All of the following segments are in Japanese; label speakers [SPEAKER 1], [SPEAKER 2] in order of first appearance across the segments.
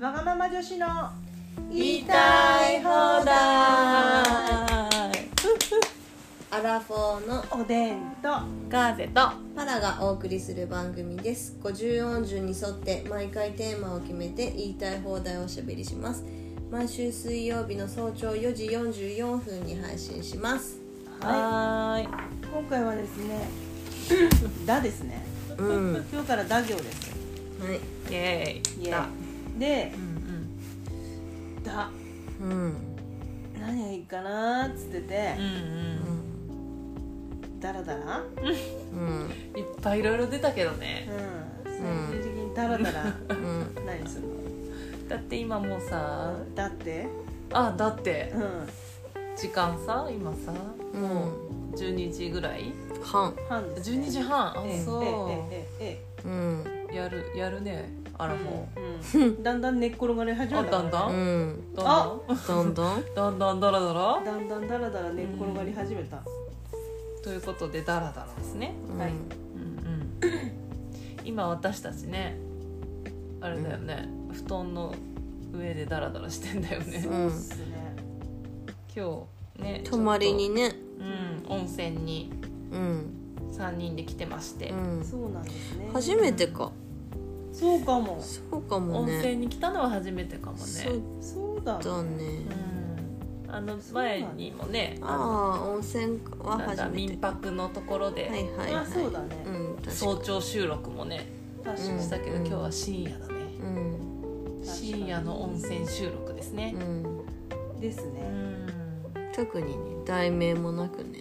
[SPEAKER 1] わがまま女子の
[SPEAKER 2] 言いたい放題アラフォーの
[SPEAKER 1] おでんと
[SPEAKER 3] ガーゼと
[SPEAKER 2] パラがお送りする番組です50音順に沿って毎回テーマを決めて言いたい放題をおしゃべりします毎週水曜日の早朝4時44分に配信します
[SPEAKER 3] はーい
[SPEAKER 1] 今回はですねだですね
[SPEAKER 2] うんは
[SPEAKER 1] 今日からだ行です
[SPEAKER 2] い
[SPEAKER 3] イエーイ
[SPEAKER 1] イエーイで
[SPEAKER 3] うん
[SPEAKER 1] だ
[SPEAKER 2] うん
[SPEAKER 1] 何がいいかなっつってて
[SPEAKER 3] うんうん
[SPEAKER 1] ダラダラうん
[SPEAKER 2] うん
[SPEAKER 3] うんいっぱいいろいろ出たけどね
[SPEAKER 1] 最終的にダラダラ
[SPEAKER 2] うん
[SPEAKER 1] 何するの
[SPEAKER 3] だって今もうさ
[SPEAKER 1] だって
[SPEAKER 3] あだって
[SPEAKER 1] うん
[SPEAKER 3] 時間さ今さ
[SPEAKER 2] うん
[SPEAKER 3] もう12時ぐらい
[SPEAKER 2] 半
[SPEAKER 1] 半ですね
[SPEAKER 3] 12時半あ
[SPEAKER 1] ええ
[SPEAKER 3] そ
[SPEAKER 1] ええええ
[SPEAKER 2] うん
[SPEAKER 3] うやるやるねあらも
[SPEAKER 1] うんうんだんだん寝っ転がり始
[SPEAKER 3] うあ
[SPEAKER 1] めた
[SPEAKER 3] だんだ
[SPEAKER 2] うんん
[SPEAKER 3] だんだん
[SPEAKER 2] どんどん
[SPEAKER 3] だんだんだらだら
[SPEAKER 1] だんだんだらだら寝っ転がり始めた
[SPEAKER 3] ということでだらだらですね
[SPEAKER 1] はい
[SPEAKER 3] うんうん今私たちねあれだよね、布団の上でダラダラしてんだよね
[SPEAKER 2] う
[SPEAKER 1] そうんっすね
[SPEAKER 3] 今日ね
[SPEAKER 2] 泊まりに
[SPEAKER 3] ち
[SPEAKER 2] ね
[SPEAKER 3] ょっとうん温泉に
[SPEAKER 2] うん
[SPEAKER 3] 3人で来てまして
[SPEAKER 2] う、ん
[SPEAKER 1] そうなんですね
[SPEAKER 2] 初めてか
[SPEAKER 1] そうかも
[SPEAKER 2] そうかも
[SPEAKER 3] 温泉
[SPEAKER 2] ね
[SPEAKER 3] に来たのは初めてかもね
[SPEAKER 2] そう
[SPEAKER 1] そうだ
[SPEAKER 2] だね
[SPEAKER 3] うんあの前にもねあ
[SPEAKER 2] ああ温泉
[SPEAKER 3] の
[SPEAKER 2] は
[SPEAKER 3] なんだ
[SPEAKER 2] 初めて
[SPEAKER 3] 民泊のところ
[SPEAKER 2] は
[SPEAKER 3] で
[SPEAKER 2] いはいは
[SPEAKER 1] あ
[SPEAKER 2] い
[SPEAKER 1] そうだね
[SPEAKER 2] うん確かに
[SPEAKER 3] 早朝収録もね
[SPEAKER 1] 確か
[SPEAKER 2] うん
[SPEAKER 1] に
[SPEAKER 3] したけど、
[SPEAKER 2] うん
[SPEAKER 3] 今日は深夜だね
[SPEAKER 2] うん
[SPEAKER 3] 深夜の温泉収録ですね
[SPEAKER 2] うん
[SPEAKER 1] ですね
[SPEAKER 3] う
[SPEAKER 2] 特にね題名もなくね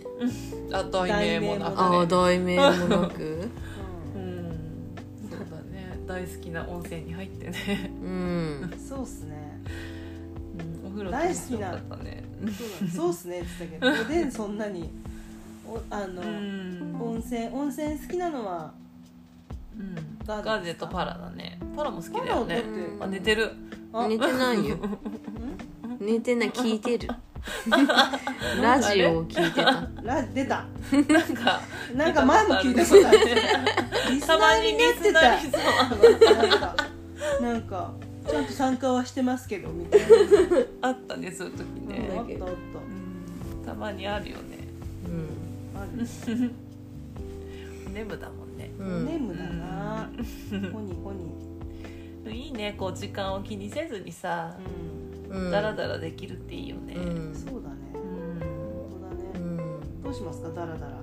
[SPEAKER 3] んあ題名もなくね
[SPEAKER 2] ああ題名もな く
[SPEAKER 3] う
[SPEAKER 1] うん
[SPEAKER 3] んそうだね大好きな温泉に入ってね、
[SPEAKER 2] うん
[SPEAKER 1] そうっすね
[SPEAKER 3] うん、お風呂
[SPEAKER 1] 大好きな
[SPEAKER 3] 楽しかったね
[SPEAKER 1] そうだねそうっすねって言ったけどおでんそんなにおあ
[SPEAKER 3] う
[SPEAKER 1] の
[SPEAKER 3] ん
[SPEAKER 1] 温泉温泉好きなのは
[SPEAKER 3] うん
[SPEAKER 1] ガーゼ
[SPEAKER 3] ガーゼとパラだねパラも好きだよ
[SPEAKER 1] パラ
[SPEAKER 3] ね
[SPEAKER 1] だ
[SPEAKER 2] って
[SPEAKER 3] あ寝てる
[SPEAKER 1] あ
[SPEAKER 2] 寝てないよ
[SPEAKER 1] ん
[SPEAKER 2] 寝てない聞いて るラジオを聞いてた
[SPEAKER 1] ラ出た
[SPEAKER 3] なんか
[SPEAKER 1] なんか前も聞いたことあるリスナ
[SPEAKER 3] たま
[SPEAKER 1] ーに
[SPEAKER 3] にリ
[SPEAKER 1] なっ
[SPEAKER 3] ス
[SPEAKER 1] て
[SPEAKER 3] ナ
[SPEAKER 1] た
[SPEAKER 3] ーにそう
[SPEAKER 1] なんかなんかちゃんと参加はしてますけどみたい
[SPEAKER 3] あったねそういう時
[SPEAKER 1] な
[SPEAKER 3] ね
[SPEAKER 1] あったあった
[SPEAKER 3] うんたまにあるよね
[SPEAKER 2] うん
[SPEAKER 1] ある
[SPEAKER 3] ネムだもんね
[SPEAKER 2] う
[SPEAKER 1] おネ
[SPEAKER 2] ん
[SPEAKER 1] ムだなホニホニ
[SPEAKER 3] いいねこう時間を気にせずにさ
[SPEAKER 1] う
[SPEAKER 2] うん
[SPEAKER 3] ダラダラできるっていいよね
[SPEAKER 2] うん
[SPEAKER 1] そうだね
[SPEAKER 3] うん
[SPEAKER 1] 本当だ
[SPEAKER 2] う
[SPEAKER 1] ね
[SPEAKER 2] ん
[SPEAKER 1] どうしますかダラダラ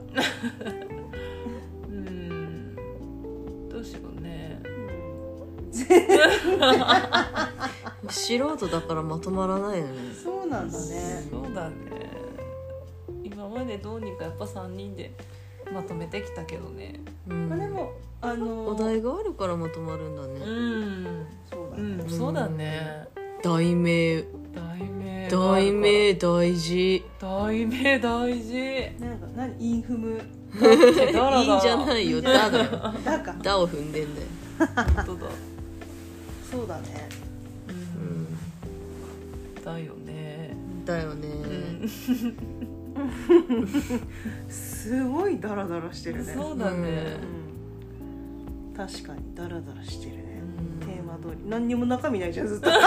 [SPEAKER 3] うーんどうしようね
[SPEAKER 2] 素人だからまとまらないよね
[SPEAKER 1] そうなんだね
[SPEAKER 3] そうだね今までどうにかやっぱ3人でまとめてきたけどね
[SPEAKER 2] う
[SPEAKER 1] まあで
[SPEAKER 2] ん
[SPEAKER 1] もあの
[SPEAKER 2] お題があるからまとまるんだ
[SPEAKER 3] う
[SPEAKER 2] ね
[SPEAKER 3] ん
[SPEAKER 1] そうだ
[SPEAKER 3] う
[SPEAKER 1] ね
[SPEAKER 3] んそうだね
[SPEAKER 2] 題名
[SPEAKER 3] 題名
[SPEAKER 2] 題名大事
[SPEAKER 3] 題名大事
[SPEAKER 1] なんか何インフム
[SPEAKER 3] だらだら
[SPEAKER 2] いいんじゃないよだだよ
[SPEAKER 1] だか
[SPEAKER 2] だを踏んでんだよ
[SPEAKER 3] 本当だ
[SPEAKER 1] そうだね
[SPEAKER 3] う
[SPEAKER 2] うんん
[SPEAKER 3] だよね
[SPEAKER 2] だよね
[SPEAKER 3] うん
[SPEAKER 1] すごいダラダラしてるね
[SPEAKER 3] そうだね
[SPEAKER 1] うん確かにダラダラしてるね
[SPEAKER 3] うん
[SPEAKER 1] テーマ通り何にも中身ないじゃんずっと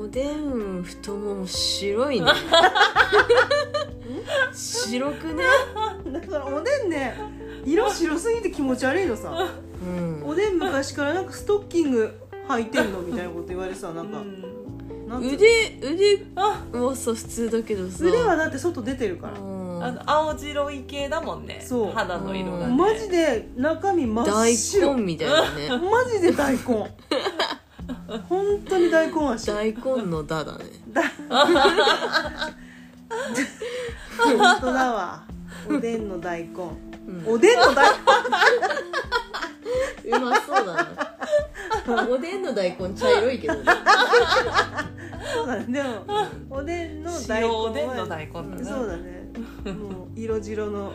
[SPEAKER 2] おでん太もも白いね白くね
[SPEAKER 1] だからおでんね色白すぎて気持ち悪いのさ
[SPEAKER 2] うん
[SPEAKER 1] おでん昔からなんかストッキング履いてんのみたいなこと言われてさなんか、
[SPEAKER 3] うん
[SPEAKER 1] なんつうの
[SPEAKER 2] 腕腕はさ普通だけどさ
[SPEAKER 1] 腕はだって外出てるから
[SPEAKER 2] う、
[SPEAKER 3] あ
[SPEAKER 2] ん
[SPEAKER 3] の青白い系だもんね
[SPEAKER 1] そう
[SPEAKER 3] 肌の色が
[SPEAKER 2] うん
[SPEAKER 3] ね
[SPEAKER 1] マジで中身真っ
[SPEAKER 2] 大
[SPEAKER 1] 白
[SPEAKER 2] 根みたいなね
[SPEAKER 1] マジで大根本当に大根足だ
[SPEAKER 2] 大根のだだね
[SPEAKER 1] 本当だわおでんの大根
[SPEAKER 2] うん
[SPEAKER 1] おでんの大根
[SPEAKER 2] うまそうだなおでんの大根茶色いけどね
[SPEAKER 1] そうだねでもおでんの大根
[SPEAKER 3] 塩
[SPEAKER 1] は
[SPEAKER 3] おでんの大根だね
[SPEAKER 1] そうだねもう色白の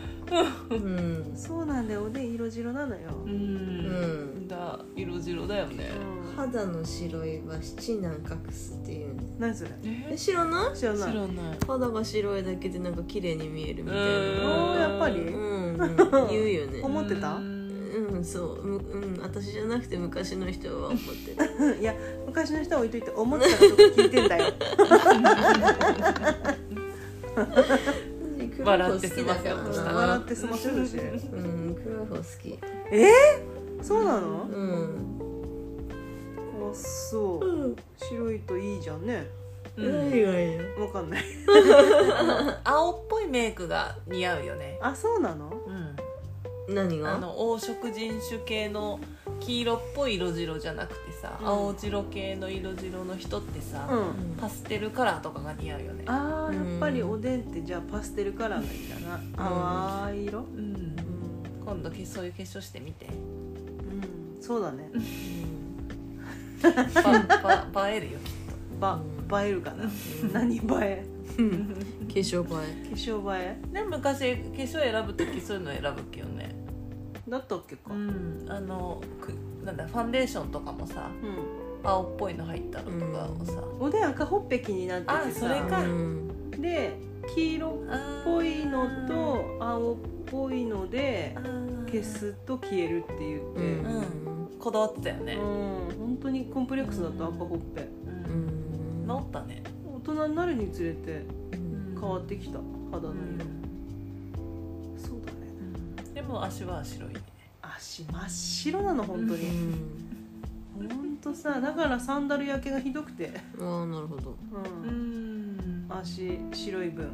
[SPEAKER 2] うん
[SPEAKER 1] そうなんだよおでん色白なのよ、
[SPEAKER 3] う
[SPEAKER 2] うんん
[SPEAKER 3] だ色白だよね
[SPEAKER 1] うん
[SPEAKER 2] 肌の白いは七難隠すっていうね
[SPEAKER 1] 何それ
[SPEAKER 3] え
[SPEAKER 2] え知らない
[SPEAKER 1] 知ら
[SPEAKER 3] 知ら
[SPEAKER 1] ない
[SPEAKER 3] ない
[SPEAKER 2] 肌が白いだけでなんか綺麗に見えるみたいな
[SPEAKER 1] おーやっぱり
[SPEAKER 2] うん、うん、言うよね
[SPEAKER 1] 思ってた
[SPEAKER 3] うーん
[SPEAKER 2] うんそうむうん私じゃなくて昔の人は思ってる
[SPEAKER 1] いや昔の人は置いといて思ったこと聞いてん だよ
[SPEAKER 3] 笑って済ませようとしたな
[SPEAKER 1] 笑って済ませるし
[SPEAKER 2] うん黒い方好き
[SPEAKER 1] そうなの
[SPEAKER 2] うん、
[SPEAKER 1] あそう白いといいじゃんね
[SPEAKER 3] う
[SPEAKER 2] 何
[SPEAKER 3] ん
[SPEAKER 2] がいいの
[SPEAKER 1] わかん ない
[SPEAKER 3] 青っぽいメイクが似合うよね、
[SPEAKER 1] あそうなの
[SPEAKER 3] うん、
[SPEAKER 2] 何
[SPEAKER 3] あ
[SPEAKER 2] が
[SPEAKER 3] の黄色人種系の黄色っぽい色白じゃなくてさ、
[SPEAKER 1] うん
[SPEAKER 3] 青白系の色白の人ってさ、
[SPEAKER 1] うん
[SPEAKER 3] パステルカラーとかが似合うよね
[SPEAKER 1] あーやっぱりおでんってじゃあパステルカラーがいいんだな淡い色
[SPEAKER 3] うん
[SPEAKER 1] う
[SPEAKER 3] 今度けそういう化粧して みて
[SPEAKER 1] ん、うん、そうだね
[SPEAKER 3] ばば映えるよ
[SPEAKER 1] ば映えるかな何映え
[SPEAKER 2] うん化粧映
[SPEAKER 1] 化粧映え
[SPEAKER 3] でも昔化粧選ぶ時そういうの選ぶっけよね
[SPEAKER 1] だったっけか
[SPEAKER 3] うんあのくなんだファンデーションとかもさ
[SPEAKER 1] うん
[SPEAKER 3] 青っぽいの入ったのとかをさ、
[SPEAKER 1] おでん赤ほっぺきになって
[SPEAKER 3] あ
[SPEAKER 1] て
[SPEAKER 3] それ
[SPEAKER 2] え
[SPEAKER 1] さ
[SPEAKER 2] う
[SPEAKER 3] か
[SPEAKER 2] ん
[SPEAKER 1] で黄色っ
[SPEAKER 3] あー
[SPEAKER 1] ぽいのと青っぽいので
[SPEAKER 3] あー
[SPEAKER 1] 消すと消えるって言って
[SPEAKER 2] うん
[SPEAKER 3] こだわってたよね、
[SPEAKER 1] うん本当にコンプレックスだった赤ほっぺ
[SPEAKER 3] う
[SPEAKER 2] うんん
[SPEAKER 3] 治ったね
[SPEAKER 1] 大人になるにつれて
[SPEAKER 2] うん
[SPEAKER 1] 変わってきた肌
[SPEAKER 3] う
[SPEAKER 1] の色
[SPEAKER 3] ん
[SPEAKER 1] そうだね
[SPEAKER 3] でも足は白いね
[SPEAKER 1] 足真っ白なの本当
[SPEAKER 2] う
[SPEAKER 1] に
[SPEAKER 2] ん
[SPEAKER 1] 本当さだからサンダル焼けがひどくて
[SPEAKER 2] ああなるほど
[SPEAKER 1] う
[SPEAKER 3] うんん
[SPEAKER 1] 足白い分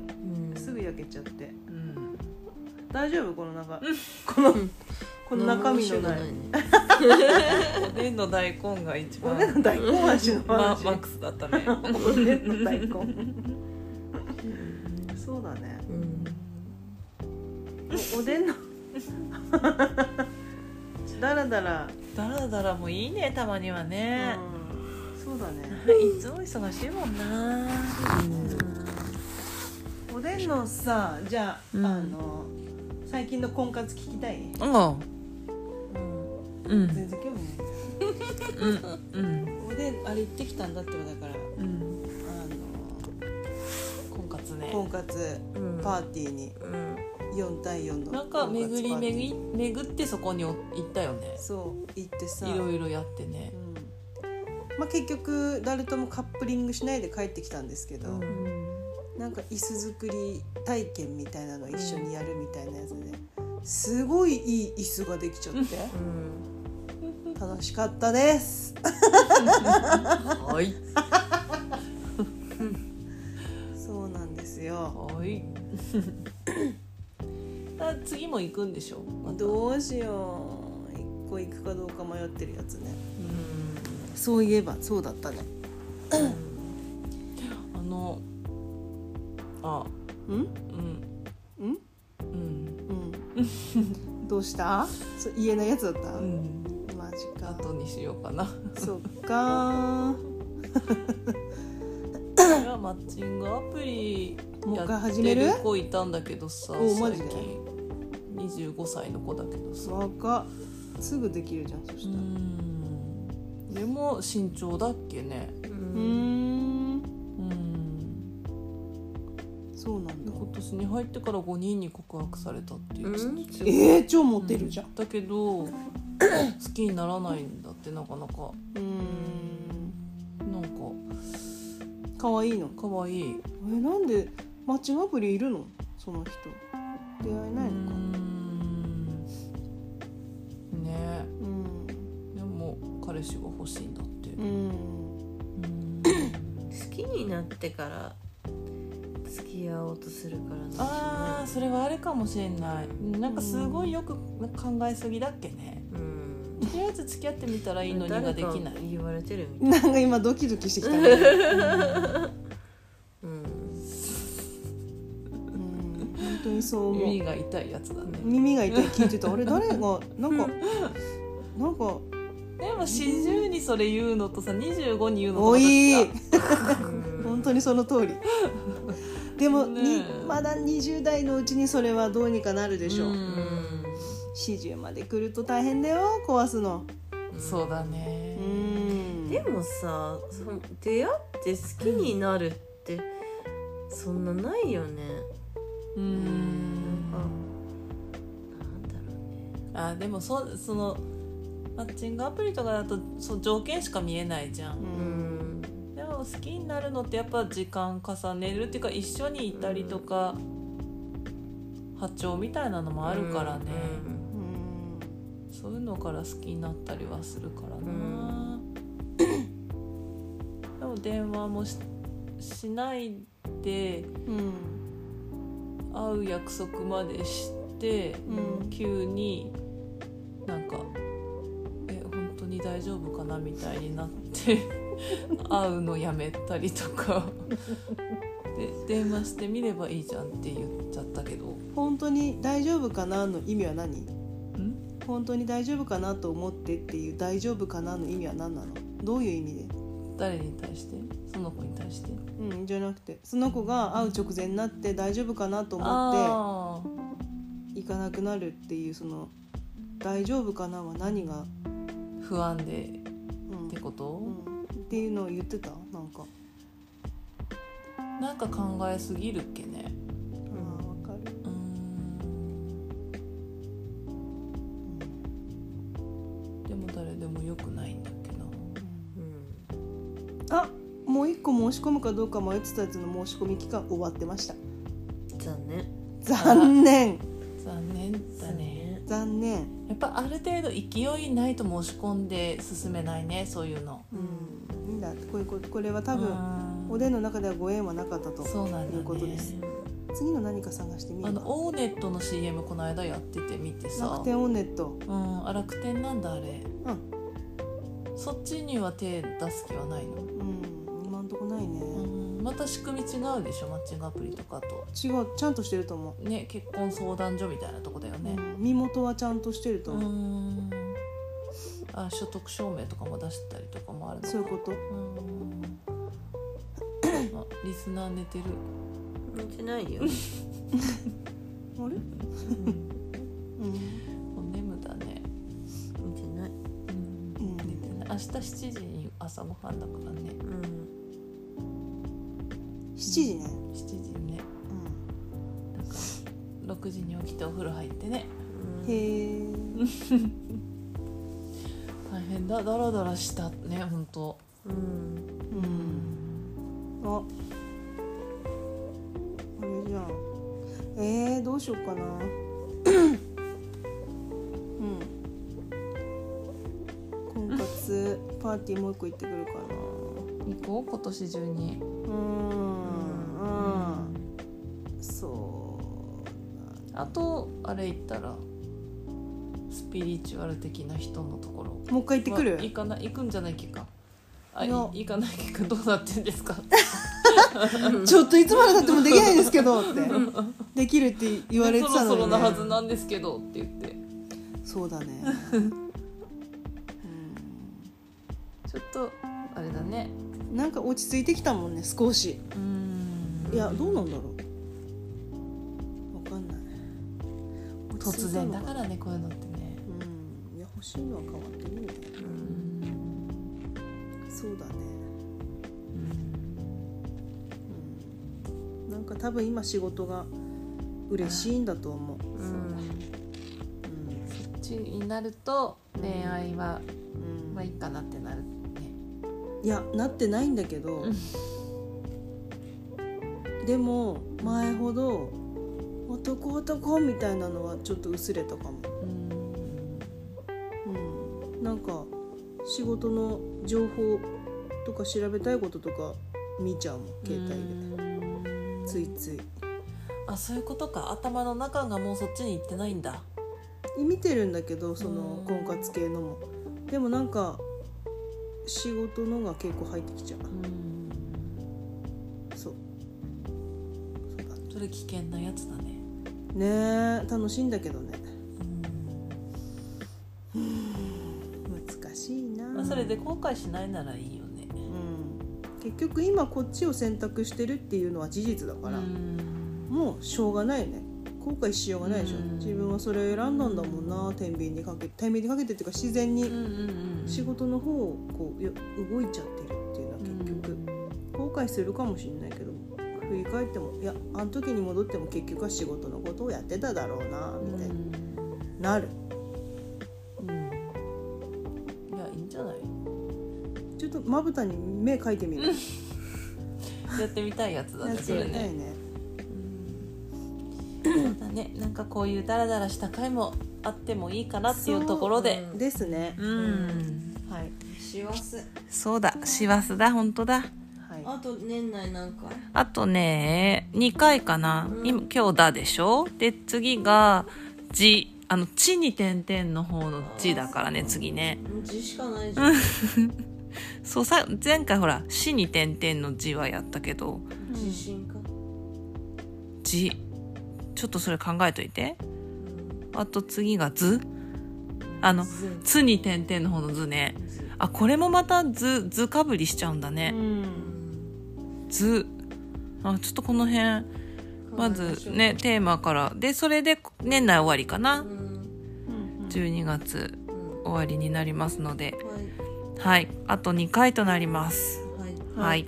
[SPEAKER 2] うん
[SPEAKER 1] すぐ焼けちゃって
[SPEAKER 3] うん
[SPEAKER 1] 大丈夫この中
[SPEAKER 3] うん
[SPEAKER 1] このこの中身のない
[SPEAKER 2] 何も面白くね
[SPEAKER 3] おでんの大根が一
[SPEAKER 1] お
[SPEAKER 3] 番
[SPEAKER 1] でんの大根味の
[SPEAKER 3] まマ
[SPEAKER 1] 話
[SPEAKER 3] ックスだっ たね
[SPEAKER 1] おでんの大根そうだね
[SPEAKER 2] うん
[SPEAKER 1] おおでんの だらだら、
[SPEAKER 3] だらだらもいいねたまには
[SPEAKER 1] う
[SPEAKER 3] ね、
[SPEAKER 1] ん、そうだね
[SPEAKER 3] いつも忙しいもんな
[SPEAKER 1] おでんのさじゃあ,、
[SPEAKER 3] うん
[SPEAKER 1] あの最近の婚活聞きたい、
[SPEAKER 3] うんうん
[SPEAKER 1] 全然興味ない
[SPEAKER 3] うん
[SPEAKER 1] おでんあれ行ってきたんだってばだから
[SPEAKER 3] うん
[SPEAKER 1] あ
[SPEAKER 3] 婚活ね
[SPEAKER 1] の婚活
[SPEAKER 2] うん
[SPEAKER 1] パーティーに
[SPEAKER 2] うん
[SPEAKER 1] 4対4の
[SPEAKER 3] なんか
[SPEAKER 1] 婚活
[SPEAKER 3] 巡り
[SPEAKER 1] パーティー
[SPEAKER 3] 巡り巡ってそこに行ったよね
[SPEAKER 1] そう行ってさ
[SPEAKER 3] いろいろやってね
[SPEAKER 1] うんまあ、結局誰ともカップリングしないで帰ってきたんですけど、
[SPEAKER 2] うん
[SPEAKER 1] なんか椅子作り体験みたいなのを一緒にやるみたいなやつですごいいい椅子ができちゃ って
[SPEAKER 2] うん
[SPEAKER 1] 楽しかったです
[SPEAKER 3] はい
[SPEAKER 1] そうなんですよ
[SPEAKER 3] はい あ次も行くんでしょまた
[SPEAKER 1] どうしよう一個行くかどうか迷ってるやつね
[SPEAKER 3] うん
[SPEAKER 1] そういえばそうだったね
[SPEAKER 3] あのあ
[SPEAKER 1] うん
[SPEAKER 3] うん
[SPEAKER 1] うん
[SPEAKER 3] うん
[SPEAKER 1] うんどうしたそう言えないやつだった、
[SPEAKER 3] うん
[SPEAKER 1] マジか
[SPEAKER 3] 後にしようかな
[SPEAKER 1] そっか
[SPEAKER 3] これはマッチングアプリ
[SPEAKER 1] もう
[SPEAKER 3] や
[SPEAKER 1] 一
[SPEAKER 3] っ
[SPEAKER 1] 回始める
[SPEAKER 3] て子いたんだけどさ
[SPEAKER 1] おマジで
[SPEAKER 3] 最近25歳の子だけどさ
[SPEAKER 1] 若っすぐできるじゃんそし
[SPEAKER 3] う
[SPEAKER 1] たら
[SPEAKER 3] んでも身長だっけね
[SPEAKER 1] うーん
[SPEAKER 3] うん
[SPEAKER 1] そうなんだ
[SPEAKER 3] 今年に入ってから5人に告白されたっていうう、
[SPEAKER 2] ん
[SPEAKER 1] えー、超モテるじゃん
[SPEAKER 3] だけど好きにならないんだってなかなか
[SPEAKER 1] うーん
[SPEAKER 3] なんか
[SPEAKER 1] 可愛いの
[SPEAKER 3] 可愛い
[SPEAKER 1] えなんでマッチングアプリいるのその人出会え
[SPEAKER 3] うー
[SPEAKER 1] ないのか
[SPEAKER 3] んね
[SPEAKER 1] うん
[SPEAKER 3] でも彼氏が欲しいんだって
[SPEAKER 1] う、ん
[SPEAKER 3] うん
[SPEAKER 2] 好きになってから付き合おうとするからなんじ
[SPEAKER 3] あ
[SPEAKER 2] ゃ
[SPEAKER 3] ーそれはあれかもしれないなんかすごいよく考えすぎだっけね
[SPEAKER 2] ないうん
[SPEAKER 3] とりあえず付き合ってみたらいいのにができない
[SPEAKER 2] 誰か言われてるみたい
[SPEAKER 1] なんか今ドキドキしてきたね
[SPEAKER 2] うん
[SPEAKER 1] うん本当にそう思う
[SPEAKER 3] 耳が痛いやつだね
[SPEAKER 1] 耳が痛い聞いてたあれ誰がなんかなんか
[SPEAKER 3] でも40にそれ言うのとさ25に言うのと
[SPEAKER 1] おい
[SPEAKER 3] また違う
[SPEAKER 1] 本当にその通りでも、
[SPEAKER 3] ね
[SPEAKER 1] にまだ20代のうちにそれはどうにかなるでしょう、
[SPEAKER 3] う
[SPEAKER 2] うん
[SPEAKER 1] 40まで来ると大変だよ壊すの
[SPEAKER 3] そうだ
[SPEAKER 1] う
[SPEAKER 3] ね
[SPEAKER 1] ん
[SPEAKER 2] でもさその出会って好きになるってそんなないよね
[SPEAKER 3] うん
[SPEAKER 2] なんだろうね
[SPEAKER 3] ああでもそそのマッチングアプリとかだとそう条件しか見えないじゃん、
[SPEAKER 2] うん
[SPEAKER 3] でも好きになるのってやっぱ時間重ねるっていうか一緒にいたりとか、波長みたいなのもあるからね、
[SPEAKER 1] うん
[SPEAKER 3] そういうのから好きになったりはするからな、でも電話もししないで
[SPEAKER 1] うん
[SPEAKER 3] 会う約束までして、
[SPEAKER 1] うん
[SPEAKER 3] 急になんか「え本当に大丈夫かな?」みたいになって 会うのやめたりとかで電話してみればいいじゃんって言っちゃったけど
[SPEAKER 1] 本当に大丈夫かなの意味は何
[SPEAKER 3] ん
[SPEAKER 1] 本当に大丈夫かなと思ってっていう大丈夫かなの意味は何なのどういう意味で
[SPEAKER 3] 誰に対してその子に対して
[SPEAKER 1] うんじゃなくてその子が会う直前になって大丈夫かなと思っ
[SPEAKER 3] あー
[SPEAKER 1] て行かなくなるっていうその大丈夫かなは何が、
[SPEAKER 3] 不安で
[SPEAKER 1] うん
[SPEAKER 3] ってこと、
[SPEAKER 1] うんっていうのを言ってたなんか
[SPEAKER 3] なんか考えすぎるっけね
[SPEAKER 1] あわかる
[SPEAKER 3] うーんでも誰でもよくないんだっけな
[SPEAKER 2] うん
[SPEAKER 1] あもう一個申し込むかどうか迷ってたやつの申し込み期間終わってました
[SPEAKER 2] 残念
[SPEAKER 1] 残念
[SPEAKER 3] 残念だね
[SPEAKER 1] 残念
[SPEAKER 3] やっぱある程度勢いないと申し込んで進めないねそういうの
[SPEAKER 1] うんいいんだこれこれこれは多
[SPEAKER 3] う
[SPEAKER 1] 分
[SPEAKER 3] ん
[SPEAKER 1] おでんの中ではご縁はなかったと
[SPEAKER 3] そうなんだ、ね、
[SPEAKER 1] いうことです次の何か探してみ
[SPEAKER 3] あ
[SPEAKER 1] る
[SPEAKER 3] の
[SPEAKER 1] ば
[SPEAKER 3] オーネットの CM この間やってて見てさ
[SPEAKER 1] 楽天オンネット
[SPEAKER 3] うんあ楽天なんだあれ
[SPEAKER 1] うん、
[SPEAKER 3] そっちには手出す気はないの、
[SPEAKER 1] うん、今んとこないね、
[SPEAKER 3] うん、また仕組み違うでしょマッチングアプリとかと
[SPEAKER 1] 違うちゃんとしてると思
[SPEAKER 3] ね結婚相談所みたいなとこだよ
[SPEAKER 1] う、
[SPEAKER 3] ね、
[SPEAKER 1] うん身元はちゃんとしてると
[SPEAKER 3] うー
[SPEAKER 1] 思う、
[SPEAKER 3] んあ所得証明とかも出したりとかもあるのか
[SPEAKER 1] そういうこと
[SPEAKER 3] うーんあリスナー寝てる
[SPEAKER 2] 寝てないよ
[SPEAKER 1] あれ うん
[SPEAKER 3] もう眠だね、
[SPEAKER 2] 見てない
[SPEAKER 3] うん
[SPEAKER 1] うん
[SPEAKER 3] 寝てない明日7時に朝ごはんだからね
[SPEAKER 2] う
[SPEAKER 1] 7
[SPEAKER 2] ん
[SPEAKER 1] 時ね、
[SPEAKER 3] 7時ねだから6時に起きてお風呂入ってね
[SPEAKER 1] うん、へえ
[SPEAKER 3] 大変だダラダラしたね本当
[SPEAKER 2] うん
[SPEAKER 1] うんああれじゃんえー、どうしようかなうん婚活パーティーもう一個行ってくるかな
[SPEAKER 3] 行こう今年中
[SPEAKER 1] う
[SPEAKER 3] に
[SPEAKER 1] ーんうんそう
[SPEAKER 3] あとあれ行ったらスピリチュアル的な人のところ
[SPEAKER 1] もう一回行ってくる
[SPEAKER 3] まあ行かない行くんじゃないっけかあ
[SPEAKER 1] い
[SPEAKER 3] い
[SPEAKER 1] や
[SPEAKER 3] 行かないっけかどうなってんですか
[SPEAKER 1] ちょっといつまでたってもできないんですけどってできるって言われてた
[SPEAKER 3] そ
[SPEAKER 1] の
[SPEAKER 3] ろそろ
[SPEAKER 1] に、
[SPEAKER 3] なは
[SPEAKER 1] ね、
[SPEAKER 3] ずなんですけどって言って
[SPEAKER 1] そうだね
[SPEAKER 3] ちょっとあれだね
[SPEAKER 1] うんなんか落ち着いてきたもんね少し
[SPEAKER 3] うん
[SPEAKER 1] いやどうなんだろうわかんない
[SPEAKER 3] 突然だかららねこういうのってね
[SPEAKER 1] うんいや欲しいのは変わってるよね
[SPEAKER 3] うん
[SPEAKER 1] そうだねうんなんか多分今仕事が嬉しいんだと思う、
[SPEAKER 2] うん
[SPEAKER 1] うん
[SPEAKER 3] そっちになると恋愛は
[SPEAKER 1] うん
[SPEAKER 3] まあいいかなってなるね
[SPEAKER 1] いやなってないんだけど、でも前ほど男男みたいなのはちょっと薄れたかも、
[SPEAKER 3] うん
[SPEAKER 1] うん、なんか仕事の情報とか調べたいこととか見ちゃうもん携帯
[SPEAKER 3] うん
[SPEAKER 1] でついつい
[SPEAKER 3] あそういうことか頭の中がもうそっちに行ってないんだ
[SPEAKER 1] 見てるんだけどその
[SPEAKER 3] う
[SPEAKER 1] 婚
[SPEAKER 3] ん
[SPEAKER 1] 活系のもでもなんか仕事のが結構入ってきちゃう
[SPEAKER 3] うん
[SPEAKER 1] そうそうだね
[SPEAKER 3] それ危険なやつだね
[SPEAKER 1] ねえ楽しいんだけどね
[SPEAKER 3] うん
[SPEAKER 1] 難しいな、
[SPEAKER 3] まあそれで後悔しないならいいよね
[SPEAKER 1] うん、結局今こっちを選択してるっていうのは事実だから、
[SPEAKER 3] うん
[SPEAKER 1] もうしょうがないよね後悔しようがないでしょ、
[SPEAKER 3] うん
[SPEAKER 1] 自分はそれを選んだんだもんな天秤にかけて天秤にかけてっていうか自然
[SPEAKER 3] うん
[SPEAKER 1] に
[SPEAKER 3] うんうん
[SPEAKER 1] 仕事の方をこうよ動いちゃってるっていうのは結局、後悔するかもしれないけど振り返ってもいやあの時に戻っても結局は仕事のことをやってただろうなみたいになる、
[SPEAKER 3] うじゃない
[SPEAKER 1] ちょっとまぶたに目描いてみる
[SPEAKER 3] やってみたいやつだ
[SPEAKER 1] や
[SPEAKER 3] ね
[SPEAKER 1] っ
[SPEAKER 3] そ
[SPEAKER 1] て
[SPEAKER 3] れ
[SPEAKER 1] みた
[SPEAKER 3] ね
[SPEAKER 1] いね
[SPEAKER 3] うんそうだねなんかこういうダラダラした回もあってもいいかなっていうところで
[SPEAKER 1] ですね
[SPEAKER 3] うん、
[SPEAKER 1] はい
[SPEAKER 2] 師走
[SPEAKER 3] そうだ師走だ本当だ
[SPEAKER 1] は
[SPEAKER 2] あと年内何回
[SPEAKER 3] あとね2回かな、
[SPEAKER 2] うん
[SPEAKER 3] 今今日だでしょで次が「じ」あの「地」に点々の方の「じ」だからね次ね
[SPEAKER 2] 字しかないじゃん
[SPEAKER 3] そうさ前回ほら「死」に点々の「じ」はやったけど
[SPEAKER 2] 自信か
[SPEAKER 3] 「じ」ちょっとそれ考えといてあと次が「ず」あの
[SPEAKER 2] ず
[SPEAKER 3] 「つ」に点々の方の「ず」ね
[SPEAKER 2] ず
[SPEAKER 3] あこれもまた図図かぶりしちゃうんだ
[SPEAKER 1] い
[SPEAKER 3] ね、
[SPEAKER 1] ん
[SPEAKER 3] 図あちょっとこの辺まずねテーマからでそれで年内終わりか
[SPEAKER 2] う
[SPEAKER 3] な、
[SPEAKER 2] ん
[SPEAKER 1] うん
[SPEAKER 3] 12月
[SPEAKER 2] うん
[SPEAKER 3] 終わりになりますので
[SPEAKER 2] はい
[SPEAKER 3] はいあと2回となります
[SPEAKER 2] はい
[SPEAKER 3] はい、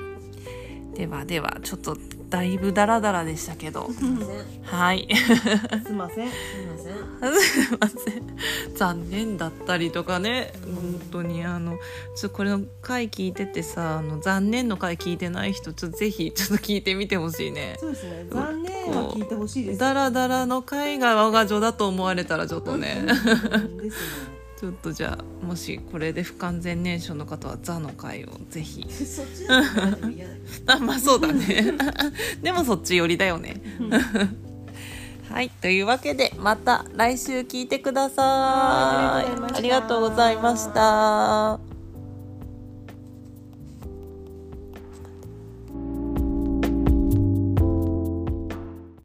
[SPEAKER 3] ではではちょっとだいぶダラダラでしたけど
[SPEAKER 2] すいません
[SPEAKER 3] はい
[SPEAKER 1] すいません
[SPEAKER 2] すいません
[SPEAKER 3] すいません残念だったりとかね本当にあのちょっとこれの回聞いててさあの残念の回聞いてない人ちょっとぜひちょっと聞いてみてほしいね
[SPEAKER 1] そうですね残念は聞いてほしいです
[SPEAKER 3] ダラダラの回が我が女だと思われたらちょっとね
[SPEAKER 1] うんです
[SPEAKER 3] ちょっとじゃあもしこれで不完全燃焼の方は「ザ」の回をぜひ
[SPEAKER 2] そっちだったら嫌だけど
[SPEAKER 3] あまあそうだね でもそっち寄りだよね はいというわけでまた来週聞いてくださ
[SPEAKER 1] はいい
[SPEAKER 3] あ
[SPEAKER 1] あ
[SPEAKER 3] り
[SPEAKER 1] りが
[SPEAKER 3] が
[SPEAKER 1] と
[SPEAKER 3] とう
[SPEAKER 1] う
[SPEAKER 3] ご
[SPEAKER 1] ご
[SPEAKER 3] ざ
[SPEAKER 1] ざ
[SPEAKER 3] い
[SPEAKER 1] い
[SPEAKER 3] ま
[SPEAKER 1] ま
[SPEAKER 3] し
[SPEAKER 1] した